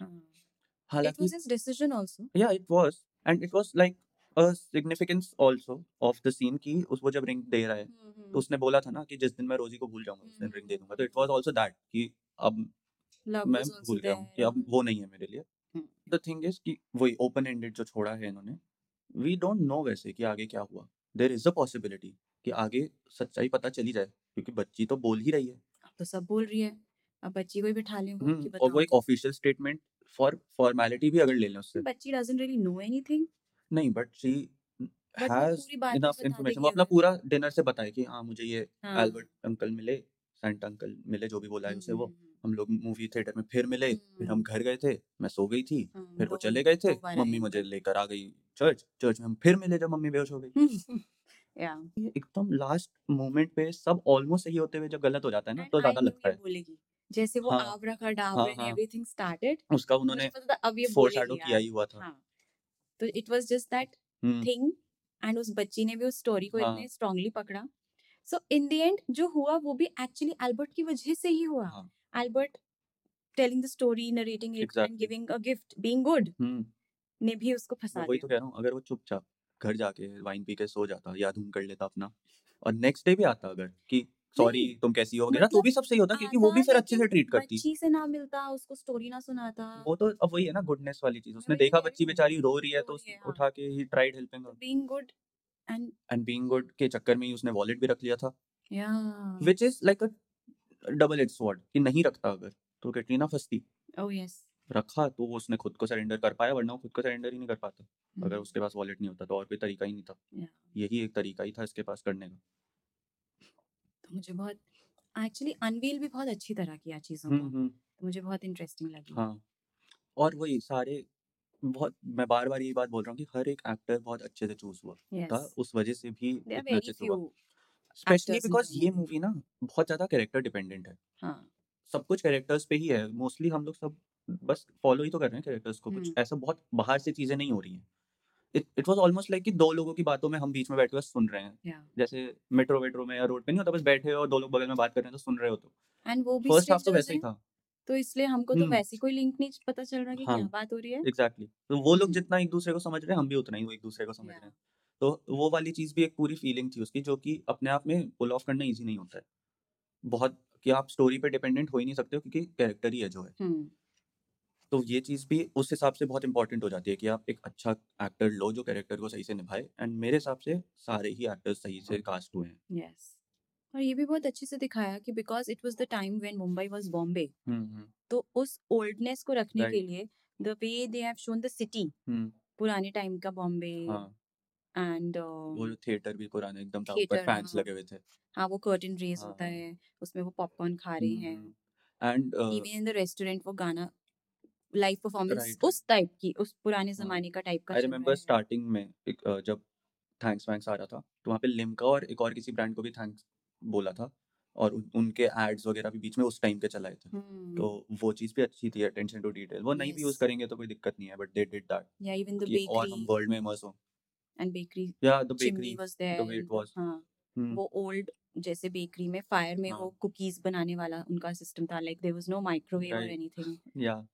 S1: हाँ it
S2: हालांकि
S1: was his decision also
S2: या it was and it was like a significance also of the scene कि उस वो जब रिंग दे रहा है
S1: हम्म
S2: तो
S1: हम्म
S2: उसने बोला था ना कि जिस दिन मैं रोजी को भूल जाऊंगा उस दिन रिंग दे दूंगा तो इट वाज आल्सो दैट कि अब
S1: लव
S2: मैं
S1: वाज आल्सो
S2: भूल गया हूँ कि
S1: देयर
S2: अब वो नहीं है मेरे लिए
S1: हम्म।
S2: द थिंग इज कि वही ओपन एंडेड जो छोड़ा है इन्होंने वी डोंट नो वैसे कि आगे क्या हुआ देर इज अ पॉसिबिलिटी कि आगे सच्चाई पता चली जाए क्योंकि बच्ची तो बोल ही रही है
S1: अब तो सब बोल रही है अब बच्ची को ही बिठा लें वो कि
S2: हम्म और वो
S1: बताओ
S2: एक ऑफिशियल स्टेटमेंट फॉर फॉर्मेलिटी भी अगर ले लें उससे
S1: बच्ची डजंट रियली नो एनीथिंग
S2: नहीं बट शी
S1: बट वो
S2: हैज
S1: पूरी हम्म। बात भी
S2: इनफ
S1: बता
S2: इन्फॉर्मेशन
S1: देगी
S2: वो अपना
S1: अगर
S2: पूरा डिनर से बताए कि हाँ मुझे ये
S1: हाँ
S2: एल्बर्ट अंकल मिले सेंट अंकल मिले जो भी बोला है
S1: हम्म
S2: उसे वो
S1: हम्म
S2: हम लोग मूवी थिएटर में फिर मिले फिर हम
S1: हम्म,
S2: घर गए थे मैं सो गई थी
S1: हम्म,
S2: फिर वो
S1: दो <laughs>
S2: चले गए थे
S1: दो बार आए
S2: मम्मी
S1: हैं
S2: मुझे
S1: घर
S2: लेकर आ गई चर्च चर्च में हम फिर मिले जब मम्मी बेहोश हो गई
S1: या
S2: ये एकदम लास्ट मोमेंट पे सब ऑलमोस्ट सही होते हुए जब गलत हो जाता है ना
S1: एंड
S2: तो
S1: आई
S2: ज्यादा
S1: न्यू
S2: लगता
S1: ये
S2: है
S1: बोलेगी जैसे वो
S2: हाँ
S1: आवरा का डावरा
S2: हाँ
S1: एंड
S2: हाँ
S1: एवरीथिंग स्टार्टेड
S2: उसका
S1: मुझे
S2: उन्होंने
S1: पता था अब ये
S2: फोरशैडो
S1: बोलेगी
S2: किया
S1: आज
S2: ही हुआ था
S1: हाँ तो it was just that
S2: hmm
S1: thing and उस बच्ची ने भी उस स्टोरी को
S2: हाँ
S1: इतने स्ट्रांगली पकड़ा सो इन द एंड जो हुआ वो भी एक्चुअली एल्बर्ट की वजह से ही हुआ
S2: हाँ
S1: Albert telling the story narrating it and
S2: exactly
S1: giving a gift being good
S2: hmm
S1: ने भी उसको
S2: मैं
S1: फंसा
S2: वही
S1: दिया
S2: तो कह रहा हूँ अगर वो चुपचाप घर जाके वाइन पी के सो जाता या धूम कर लेता अपना और नेक्स्ट डे भी आता अगर कि सॉरी
S1: नहीं
S2: तुम कैसी हो वगैरह तो
S1: मतलब
S2: भी सब सही होता तो, क्योंकि वो
S1: आता
S2: भी फिर अच्छे
S1: लेकिन
S2: से ट्रीट करती
S1: बच्ची से ना मिलता उसको स्टोरी ना सुनाता
S2: वो तो अब वही है ना गुडनेस वाली चीज
S1: मैं
S2: उसने
S1: वही तो
S2: देखा
S1: कह रही
S2: बच्ची
S1: हूँ
S2: बेचारी रो रही है
S1: रो
S2: तो
S1: रही
S2: उसने
S1: है हाँ
S2: उठा के ही ट्राइड हेल्पिंग
S1: तो being good and
S2: and being good के चक्कर में ही उसने वॉलेट भी रख लिया था
S1: या हम्म।
S2: Which is like a double edge sword कि नहीं रखता अगर तो कैटरीना फंसती
S1: ओह यस
S2: रखा तो वो उसने खुद को सरेंडर कर पाया वरना वो खुद को सरेंडर ही नहीं कर पाता
S1: हम्म,
S2: अगर उसके पास वॉलेट नहीं होता तो और कोई तरीका ही नहीं था
S1: या
S2: यही एक तरीका ही था इसके पास करने का
S1: तो मुझे बहुत एक्चुअली अनवील भी बहुत अच्छी तरह किया चीज़ों को
S2: हम्म हम्म
S1: तो मुझे बहुत इंटरेस्टिंग लगी
S2: हाँ और वही सारे बहुत मैं बार बार यही बात बोल रहा हूँ कि हर एक एक्टर बहुत अच्छे से चूज हुआ था
S1: यस
S2: उस वजह से भी
S1: दे आर वेरी
S2: इतना अच्छे से
S1: फ्यू
S2: हुआ स्पेशली
S1: Actors
S2: बिकॉज
S1: निकालना।
S2: ये मूवी ना बहुत ज्यादा कैरेक्टर डिपेंडेंट है
S1: हाँ
S2: सब कुछ कैरेक्टर्स पे ही है मोस्टली हम लोग सब बस फॉलो ही तो कर रहे हैं कैरेक्टर्स को कुछ
S1: हम्म।
S2: ऐसा बहुत बाहर से चीजें नहीं हो रही हैं it it was almost like कि दो लोगों की बातों में हम बीच में बैठ कर सुन रहे हैं
S1: या
S2: जैसे मेट्रो वेट्रो में या रोड पे नहीं होता बस बैठे हो और दो लोग बगल में बात कर रहे हैं तो सुन रहे हो तो
S1: एंड वो भी
S2: फर्स्ट हाफ तो
S1: strangers
S2: वैसे ही
S1: हैं,
S2: था
S1: तो इसलिए हमको तो
S2: हम्म।
S1: वैसे कोई लिंक नहीं पता चल रहा कि
S2: हाँ।
S1: क्या बात हो रही है
S2: एग्जैक्टली तो वो लोग
S1: हम्म।
S2: जितना एक दूसरे को समझ रहे हैं हम भी उतना ही वो एक दूसरे को समझ
S1: Yeah.
S2: रहे हैं तो वो वाली चीज भी एक पूरी फीलिंग थी उसकी जो कि अपने आप में पुल ऑफ करना इजी नहीं होता है बहुत कि आप स्टोरी पे डिपेंडेंट हो ही नहीं सकते हो क्योंकि कैरेक्टर ही है जो है
S1: हम्म
S2: तो ये चीज भी उस हिसाब से बहुत इंपॉर्टेंट हो जाती है कि आप एक अच्छा एक्टर लो जो कैरेक्टर को सही से निभाए एंड मेरे हिसाब से सारे ही एक्टर्स सही से कास्ट हुए हैं
S1: यस और हाँ, ये भी बहुत अच्छे से दिखाया कि because it was the time when Mumbai was Bombay
S2: hmm
S1: तो उस ओल्डनेस को रखने
S2: Right.
S1: के लिए the way they have shown the city
S2: hmm
S1: पुराने टाइम का बॉम्बे
S2: हाँ
S1: एंड
S2: वो जो थिएटर भी पुराने एकदम था ऊपर
S1: थिएटर,
S2: फैंस
S1: हाँ।
S2: लगे हुए थे
S1: हाँ वो कर्टन रेज
S2: हाँ,
S1: होता
S2: हाँ। हम्म,
S1: है उसमें वो पॉपकॉर्न खा रहे हैं
S2: and
S1: even in the restaurant वो गाना लाइव परफॉर्मेंस
S2: Right.
S1: उस टाइप की उस पुराने
S2: हाँ।
S1: जमाने का टाइप का
S2: आई
S1: चल रहा
S2: रिमेम्बर
S1: है
S2: स्टार्टिंग में एक अ, जब थैंक्स वैंक्स आ रहा था तो वहाँ पे लिम्का और एक और किसी ब्रांड को भी थैंक्स बोला था और उन, उनके एड्स वगैरह भी बीच में उस टाइम के चलाए थे
S1: हम्म
S2: तो वो चीज़ भी अच्छी थी अटेंशन टू डिटेल वो नहीं भी यूज़
S1: Yes.
S2: करेंगे तो कोई दिक्कत नहीं है बट दे डिड दैट
S1: या इवन द
S2: कि और हम
S1: बेकरी
S2: वर्ल्ड में इमर्स हों
S1: एंड बेकरी
S2: या the
S1: chimney
S2: bakery
S1: was
S2: the
S1: there
S2: way it
S1: and
S2: was
S1: हाँ वो ओल्ड जैसे बेकरी में फायर में वो
S2: हम्म। हाँ।
S1: कुकीज बनाने वाला उनका सिस्टम था like there was no microwave और
S2: Right.
S1: एनीथिंग
S2: या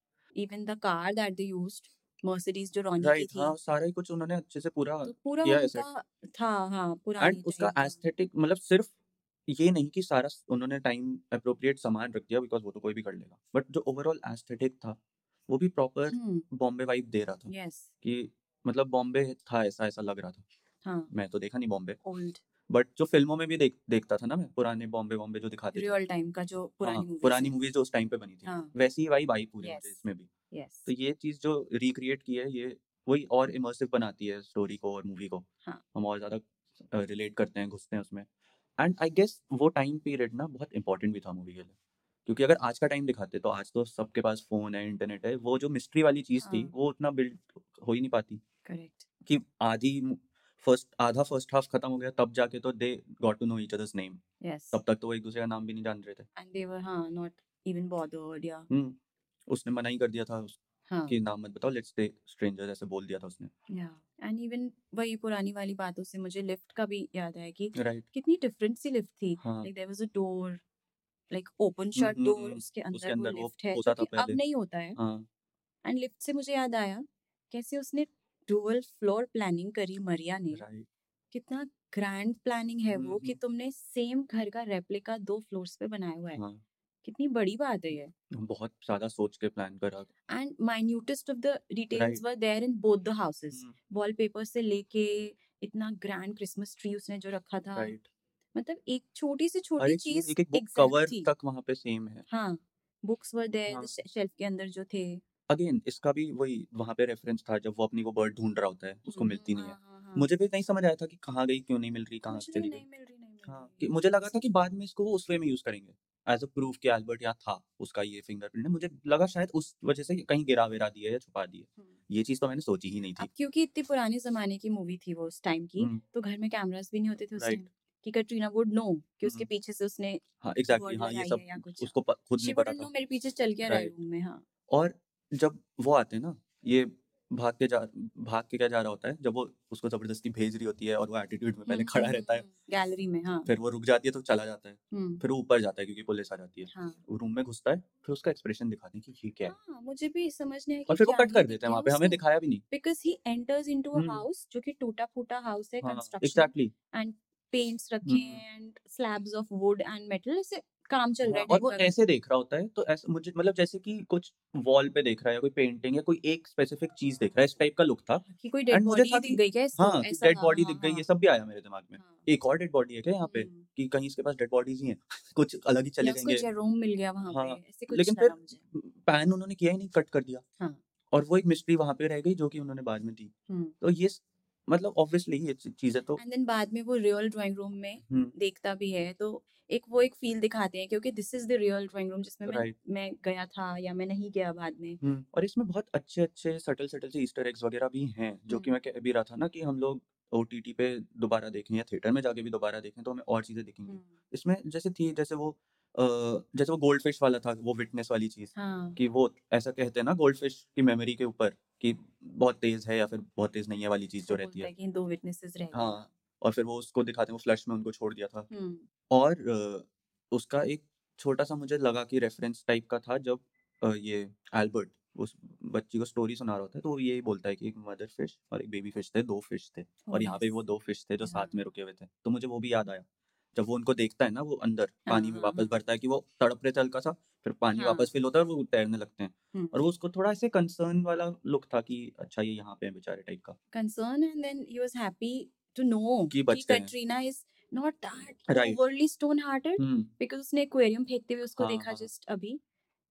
S1: even the car that they used Mercedes जो रोनी की
S2: राइट
S1: थी
S2: हाँ सारा ही कुछ उन्होंने अच्छे से पूरा
S1: तो पूरा
S2: किया है
S1: उनका था हाँ
S2: एंड
S1: पुरानी
S2: उसका
S1: टाइप का
S2: एस्थेटिक मतलब सिर्फ ये नहीं कि सारा स- उन्होंने टाइम अप्रोप्रिएट सामान रख दिया बिकॉज वो तो कोई भी कर लेगा बट जो ओवरऑल एस्थेटिक था वो भी प्रॉपर
S1: हम्म
S2: बॉम्बे वाइब दे रहा था
S1: यस
S2: कि मतलब बॉम्बे था ऐसा ऐसा लग रहा था
S1: हाँ
S2: मैं तो देखा नहीं बॉम्बे
S1: ओल्ड
S2: बट जो फिल्मों में भी देख देखता था ना मैं पुराने बॉम्बे बॉम्बे जो दिखाते थे
S1: रियल टाइम का जो पुरानी
S2: हाँ
S1: मूवीज
S2: पुरानी मूवीज जो उस टाइम पे बनी थी
S1: हाँ
S2: वैसी ही वाइब आई पूरी मुझे
S1: Yes.
S2: इसमें भी
S1: यस
S2: तो ये चीज जो रिक्रिएट की है ये वही और इमर्सिव बनाती है स्टोरी को और मूवी को
S1: हाँ।
S2: हम और ज्यादा रिलेट करते हैं घुसते हैं उसमें एंड आई गेस वो टाइम पीरियड ना बहुत इंपॉर्टेंट भी था मूवी के लिए क्योंकि अगर आज का टाइम दिखाते तो आज तो सबके पास फोन है इंटरनेट है वो जो मिस्ट्री वाली चीज थी
S1: हाँ।
S2: वो उतना बिल्ड हो ही नहीं पाती
S1: करेक्ट
S2: कि आधी फर्स्ट आधा फर्स्ट हाफ खत्म हो गया तब जाके तो they got to know each others name
S1: yes
S2: तब तक तो वो एक दूसरे का नाम भी नहीं जान रहे थे
S1: एंड दे वर हाँ नॉट इवन बॉदर्ड या
S2: हम्म उसने मना ही कर दिया था उस-
S1: हाँ
S2: कि नाम मत बताओ लेट्स स्टे स्ट्रेंजर ऐसे बोल दिया था उसने
S1: या एंड इवन वही पुरानी वाली बातों से मुझे लिफ्ट का भी याद आया कि
S2: राइट
S1: कितनी डिफरेंट सी लिफ्ट थी
S2: हाँ
S1: like there was a door like open shut
S2: hmm,
S1: door
S2: hmm,
S1: उसके
S2: उसके
S1: अंदर वो
S2: अंदर वो
S1: लिफ्ट है
S2: होता
S1: जो
S2: था
S1: कि अब
S2: पहले
S1: नहीं होता है
S2: हाँ
S1: एंड लिफ्ट से मुझे याद आया कैसे उसने डुअल फ्लोर प्लानिंग करी मरिया ने
S2: राइट
S1: कितना ग्रैंड प्लानिंग है वो कि
S2: हम्म।
S1: तुमने सेम घर का रेप्लिका दो फ्लोर्स पे बनाया हुआ है
S2: हाँ
S1: कितनी बड़ी बात है ये
S2: बहुत ज्यादा सोच के प्लान करा
S1: and minutest of the details
S2: right
S1: were there in both the houses
S2: hmm,
S1: wallpaper से लेके इतना ग्रैंड क्रिसमस ट्री उसने जो रखा था
S2: राइट
S1: मतलब एक छोटी से
S2: हर
S1: हाँ, छोटी
S2: एक चीज
S1: चीज
S2: एक एक बुक
S1: एग्जैक्ट
S2: कवर
S1: थी
S2: तक वहां पे सेम है
S1: हाँ बुक्स वर देयर
S2: हाँ
S1: शेल्फ के अंदर जो थे
S2: अगेन इसका भी वही वहां पे रेफरेंस था जब वो अपनी वो बर्ड ढूंढ रहा होता है उसको
S1: हम्म,
S2: मिलती नहीं है
S1: हाँ, हाँ, हाँ।
S2: मुझे भी नहीं समझ आया था कि कहाँ गई क्यों नहीं मिल रही कहाँ
S1: मुझे भी
S2: चली गई
S1: नहीं मिल रही नहीं मिल
S2: हाँ
S1: रही
S2: कि मुझे लगा था कि बाद में इसको वो उस वे में यूज करेंगे एज अ प्रूफ कि एल्बर्ट यहाँ था उसका ये फिंगरप्रिंट है मुझे लगा शायद उस वजह से कहीं गिरा विरा दिया या छुपा दिया
S1: हम्म।
S2: ये चीज तो मैंने सोची ही नहीं
S1: अब
S2: थी
S1: क्योंकि इतनी पुराने जमाने की मूवी थी वो उस टाइम की
S2: हम्म,
S1: तो घर में कैमरास भी नहीं होते थे उस
S2: राइट
S1: टाइम कि कटरीना वुड नो कि उसके
S2: हम्म।
S1: पीछे से उसने
S2: हाँ एग्जैक्टली
S1: वर्ड
S2: हाँ ये
S1: लगाई
S2: सब
S1: है या कुछ
S2: उसको प, खुद
S1: शी
S2: नहीं पता
S1: वुडंट नो
S2: था
S1: मेरे पीछे चल क्या रहा है
S2: राइट
S1: रूम में हाँ
S2: और जब वो आते हैं ना ये भाग के जा भाग के क्या जा रहा होता है जब वो उसको जबरदस्ती भेज रही होती है और वो एटीट्यूड में पहले खड़ा रहता
S1: हम्म।
S2: है
S1: गैलरी में हाँ
S2: फिर वो रुक जाती है तो चला जाता है
S1: हम्म
S2: फिर वो ऊपर जाता है क्योंकि पुलिस आ जाती है
S1: हाँ
S2: वो रूम में घुसता है फिर उसका एक्सप्रेशन दिखाते हैं कि ये क्या है
S1: हाँ मुझे भी समझ नहीं आया कि
S2: और फिर वो
S1: क्या
S2: कट
S1: ही
S2: कर देते हैं
S1: दिखाया
S2: वहां पे हमें
S1: उसने
S2: दिखाया भी नहीं
S1: because he enters into a
S2: hmm,
S1: house जो कि टूटा फूटा हाउस है
S2: हाँ
S1: कंस्ट्रक्शन
S2: एग्जैक्टली
S1: एंड पेंट्स रखे
S2: हम्म।
S1: हैं and slabs of wood and metal ऐसे काम चल रहा
S2: हाँ
S1: है
S2: और
S1: डेक
S2: वो
S1: वगैरह
S2: ऐसे देख रहा होता है तो ऐसा मुझे मतलब जैसे कि कुछ वॉल पे देख रहा है या कोई पेंटिंग या कोई एक स्पेसिफिक चीज देख रहा है इस टाइप का लुक था
S1: कि कोई डेड
S2: एंड मुझे था
S1: बॉडी दिख
S2: कि
S1: गई क्या इसको
S2: हाँ
S1: तो
S2: कि
S1: ऐसा
S2: डेड
S1: हाँ
S2: बॉडी
S1: हाँ
S2: दिख गई ये
S1: हाँ
S2: सब भी आया मेरे दिमाग में
S1: हाँ
S2: एक और डेड बॉडी है क्या यहाँ पे
S1: हम्म।
S2: कि कहीं इसके पास डेड बॉडीज ही हैं <laughs> कुछ अलग ही चले
S1: या उसको
S2: जाएंगे
S1: जेरोम मिल गया वहां पे
S2: हाँ
S1: ऐसे कुछ अच्छा
S2: लेकिन
S1: लगा
S2: फिर
S1: मुझे
S2: पैन उन्होंने किया ही नहीं कट कर दिया
S1: हाँ
S2: और वो एक मिस्ट्री वहां पे रह गई जो कि उन्होंने बाद में दी
S1: एंड
S2: तो ये स- मतलब ऑब्वियसली ये ची- चीजें तो
S1: देन बाद में वो रियल ड्राइंग रूम में
S2: हम्म
S1: देखता भी है तो एक वो एक फील दिखाते हैं क्योंकि this is the real drawing room जिसमें मैं
S2: राइट
S1: मैं गया था या मैं नहीं गया बाद में
S2: हम्म और इसमें बहुत अच्छे अच्छे सटल सटल से ईस्टर एग्स वगैरह भी हैं जो कि
S1: हम्म।
S2: मैं कह भी रहा था ना कि हम लोग ओ टी टी पे दोबारा देखें या थिएटर में जाके भी दोबारा देखें तो हमें और चीज़ें दिखेंगी
S1: हम्म,
S2: इसमें जैसे थी जैसे वो अ, जैसे वो गोल्ड फिश वाला था वो विटनेस वाली चीज़
S1: हाँ
S2: कि वो ऐसा कहते हैं ना गोल्ड फिश की मेमोरी के ऊपर कि बहुत तेज़ है या फिर बहुत तेज़ नहीं है वाली चीज़ जो
S1: तो
S2: रहती
S1: बोलता
S2: है
S1: है कि दो विटनेसेस रह गए
S2: हाँ और फिर वो उसको दिखाते हैं वो फ्लश में उनको छोड़ दिया था
S1: हम्म,
S2: और अ, उसका एक छोटा सा मुझे लगा कि रेफरेंस टाइप का था जब अ, ये एल्बर्ट उस बच्ची को स्टोरी सुना रहा होता है तो वो यही बोलता है कि एक मदर फिश और एक बेबी फिश थे दो फिश थे और
S1: oh
S2: यहाँ पे
S1: yes,
S2: वो दो फिश थे जो
S1: हाँ
S2: साथ में रुके हुए थे तो मुझे वो भी याद आया जब वो उनको देखता है ना वो अंदर
S1: हाँ
S2: पानी में
S1: हाँ
S2: वापस
S1: हाँ
S2: भरता है कि वो तड़प रहे थे हल्का सा फिर पानी
S1: हाँ
S2: वापस फिल होता है और वो तैरने लगते हैं
S1: हम्म
S2: और वो उसको थोड़ा ऐसे कंसर्न वाला लुक था कि अच्छा ये यहाँ पे है बेचारे टाइप का
S1: concern and then he was happy to know
S2: कि
S1: कि
S2: बच गए हैं
S1: Katrina is not that
S2: right
S1: overly stone hearted
S2: hmm
S1: because उसने aquarium फेंकते हुए उसको
S2: हाँ
S1: देखा
S2: हाँ
S1: just अभी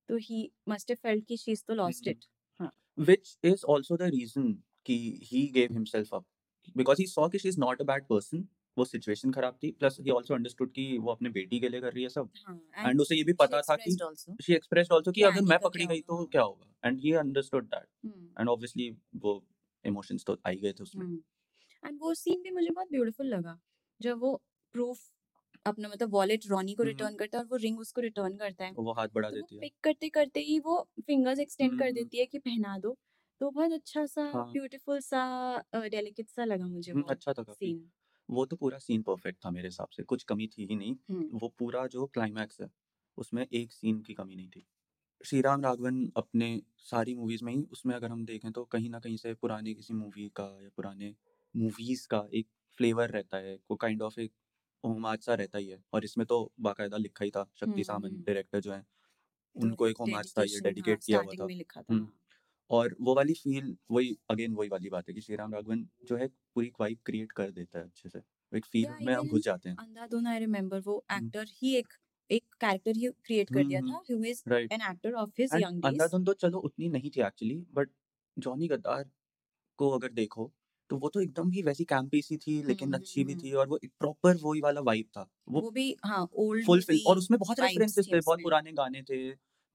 S1: तो he must have felt कि she's तो lost
S2: हम्म
S1: it हाँ
S2: which is also the reason he he gave himself up because he saw कि she is not a bad person वो situation खराब थी plus he also understood कि वो अपने बेटी के लिए कर रही है सब
S1: हाँ and
S2: and उसे ये भी
S1: she
S2: पता था कि
S1: expressed also
S2: she expressed also कि
S1: कि
S2: अगर
S1: आगे
S2: मैं
S1: का
S2: पकड़ी
S1: क्या
S2: गई
S1: होगा
S2: तो
S1: हाँ
S2: क्या होगा and he understood that
S1: hmm
S2: and obviously वो emotions तो आ ही गए थे उसमें
S1: हम्म एंड वो सीन भी मुझे बहुत ब्यूटीफुल लगा जब वो प्रूफ अपना मतलब वॉलेट रॉनी को
S2: हम्म
S1: रिटर्न करता है और वो रिंग उसको रिटर्न करता है
S2: वो हाथ बढ़ा
S1: तो वो
S2: देती है
S1: पिक करते करते ही वो फिंगर्स एक्सटेंड कर
S2: हम्म
S1: देती है कि पहना दो तो बहुत अच्छा सा
S2: हाँ
S1: ब्यूटीफुल सा डेलिकेट सा लगा मुझे
S2: हम्म,
S1: वो
S2: अच्छा था काफी
S1: सीन
S2: वो तो पूरा सीन परफेक्ट था मेरे हिसाब से कुछ कमी थी ही नहीं
S1: हम्म
S2: वो पूरा जो क्लाइमैक्स है उसमें एक सीन की कमी नहीं थी श्री राम राघवन अपने सारी मूवीज में ही उसमें अगर हम देखें तो कहीं ना कहीं से पुराने किसी मूवी का या पुराने मूवीज का एक फ्लेवर रहता है को काइंड ऑफ एक होमाज सा रहता ही है और इसमें तो बाकायदा लिखा ही था शक्ति
S1: हम्म
S2: सामंत
S1: हम्म
S2: डायरेक्टर जो हैं
S1: तो
S2: उनको एक होमाज था ये
S1: डेडिकेशन हाँ
S2: डेडिकेट किया हुआ
S1: स्टार्टिंग
S2: था
S1: में लिखा था
S2: हम्म
S1: हाँ
S2: और वो वाली फील वही अगेन वही वाली बात है कि श्री राम राघवन जो है पूरी वाइब क्रिएट कर देता है अच्छे से एक फील
S1: या इवन
S2: में हम
S1: इन
S2: घुस जाते हैं
S1: अंधाधुन आई रिमेंबर वो
S2: हम्म
S1: एक्टर ही एक एक कैरेक्टर ही क्रिएट कर दिया था who is
S2: hmm right
S1: an actor of his
S2: and
S1: young days
S2: Andhadhun तो चलो उतनी नहीं थी एक्चुअली बट जॉनी गद्दार को अगर देखो तो वो तो एकदम ही वैसी कैंपी सी थी
S1: हम्म
S2: लेकिन अच्छी
S1: हम्म
S2: भी
S1: हम्म
S2: थी और वो एक प्रॉपर वही वाला वाइब था वो
S1: वो भी हाँ ओल्ड
S2: फुलफिल
S1: मूवी
S2: और उसमें बहुत
S1: वाइब्स
S2: रेफरेंसेस
S1: थी
S2: थे बहुत
S1: उसमें
S2: पुराने गाने थे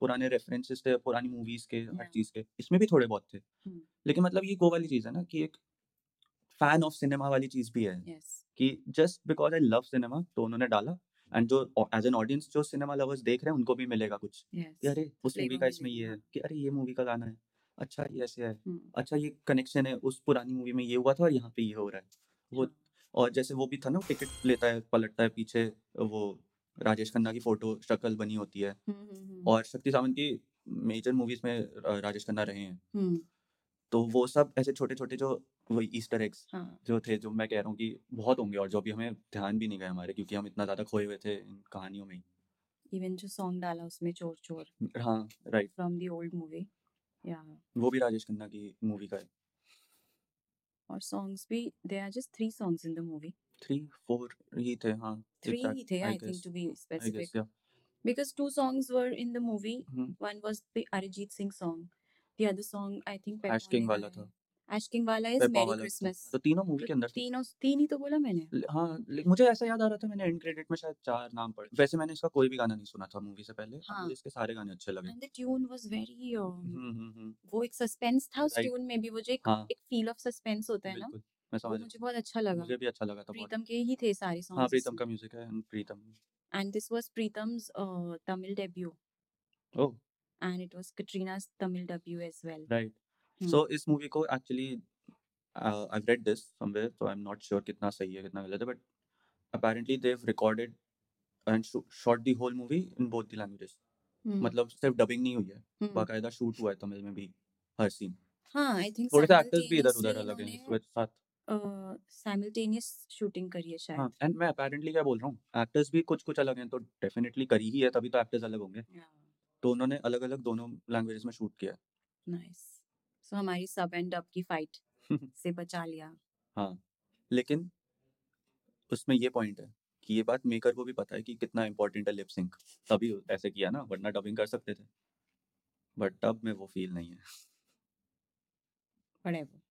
S2: पुराने रेफरेंसेस थे पुरानी मूवीज के हर
S1: या
S2: चीज के इसमें भी थोड़े बहुत थे
S1: हम्म
S2: लेकिन मतलब ये वो वाली चीज है ना कि एक फैन ऑफ सिनेमा वाली चीज भी है
S1: यस
S2: कि just because I love cinema तो उन्होंने डाला एंड जो एज एन ऑडियंस जो सिनेमा लवर्स देख रहे हैं उनको भी मिलेगा कुछ कि
S1: यस
S2: अरे उस मूवी
S1: फ्लेवर
S2: का
S1: मिलेगा
S2: इसमें ये है
S1: हाँ
S2: कि अरे ये मूवी का गाना है अच्छा ये ऐसे है
S1: हम्म
S2: अच्छा ये कनेक्शन है उस पुरानी मूवी में ये हुआ था और यहाँ पे ये हो रहा है वो
S1: हाँ
S2: और जैसे वो भी था ना टिकट लेता है पलटता है पीछे वो राजेश खन्ना की फोटो शक्ल बनी होती है
S1: हम्म हम्म
S2: और शक्ति सावंत की मेजर मूवीज में अ, राजेश खन्ना रहे हैं
S1: हम्म
S2: तो वो सब ऐसे छोटे छोटे जो वही ईस्टर एग्स
S1: हाँ
S2: जो थे जो मैं कह रहा हूँ कि बहुत होंगे और जो अभी हमें ध्यान भी नहीं गए हमारे क्योंकि हम इतना ज़्यादा खोए हुए थे इन कहानियों में ही।
S1: इवन जो सॉन्ग डाला उसमें चोर चोर
S2: हाँ right
S1: from the old movie या
S2: वो भी राजेश खन्ना की मूवी का है
S1: और सॉन्ग्स भी they are just three songs in the movie
S2: three four ही थे हाँ
S1: थ्री
S2: एग्जैक्ट
S1: ही थे
S2: I
S1: I think
S2: guess
S1: to be
S2: I guess
S1: specific
S2: या
S1: because two songs were in the movie.
S2: Hmm
S1: One was the Arijit Singh song. The other song I think
S2: Ash
S1: Peppa
S2: King
S1: ने
S2: वाला
S1: गाया
S2: था
S1: है. Ash King वाला is
S2: Peppa
S1: Merry
S2: वाला भी था
S1: Christmas.
S2: तो तीनों मूवी
S1: तो
S2: के अंदर थे
S1: तीनों तीन ही तो बोला मैंने.
S2: ल- हाँ ले- मुझे ऐसा याद आ रहा था मैंने एंड क्रेडिट में शायद चार नाम पढ़े वैसे मैंने इसका कोई भी गाना नहीं सुना था मूवी से पहले और मुझे
S1: हाँ.
S2: इसके सारे गाने अच्छे लगे
S1: And the tune was very um,
S2: हम्म हम्म हम्म
S1: वो एक suspense था उस
S2: राइट
S1: tune में भी वो जो एक
S2: हाँ
S1: एक feel of suspense होता है ना
S2: बिल्कुल
S1: वो
S2: मैं समझ रहा
S1: मुझे
S2: हूँ
S1: बहुत अच्छा लगा.
S2: मुझे भी अच्छा लगा था बहुत
S1: प्रीतम के ही थे सारे
S2: हाँ
S1: songs
S2: प्रीतम
S1: उसमें.
S2: का म्यूजिक है and Pritam
S1: And this was Pritam's uh, Tamil debut
S2: oh
S1: and it was Katrina's Tamil debut as well.
S2: Right
S1: Hmm.
S2: So इस मूवी को uh, actually I read this somewhere so I am not sure कितना सही है कितना गलत है but apparently they've recorded and shot the whole movie in both the languages
S1: Hmm.
S2: मतलब सिर्फ डबिंग नहीं हुई है
S1: Hmm.
S2: बाकायदा शूट हुआ है तमिल में भी हर सीन
S1: हाँ आई थिंक
S2: थोड़े से एक्टर्स भी इधर
S1: साइमल्टेनियसली
S2: उधर अलग हैं
S1: इन्होंने
S2: इसके साथ
S1: साइमल्टेनियस शूटिंग करी है
S2: हाँ
S1: शायद
S2: एंड मैं अपेरेंटली क्या बोल रहा हूँ एक्टर्स भी कुछ कुछ अलग हैं तो डेफिनेटली करी ही है तभी तो एक्टर्स अलग होंगे तो उन्होंने अलग अलग दोनों लैंग्वेजेस में शूट किया
S1: नाइस सो हमारी सब एंड डब की
S2: <laughs>
S1: फाइट
S2: है
S1: से बचा लिया
S2: हाँ लेकिन उसमें ये पॉइंट है कि ये बात मेकर को भी पता है कि कितना इंपॉर्टेंट है लिप सिंक तभी ऐसे किया ना वरना डबिंग कर सकते थे बट डब में वो फील नहीं है
S1: whatever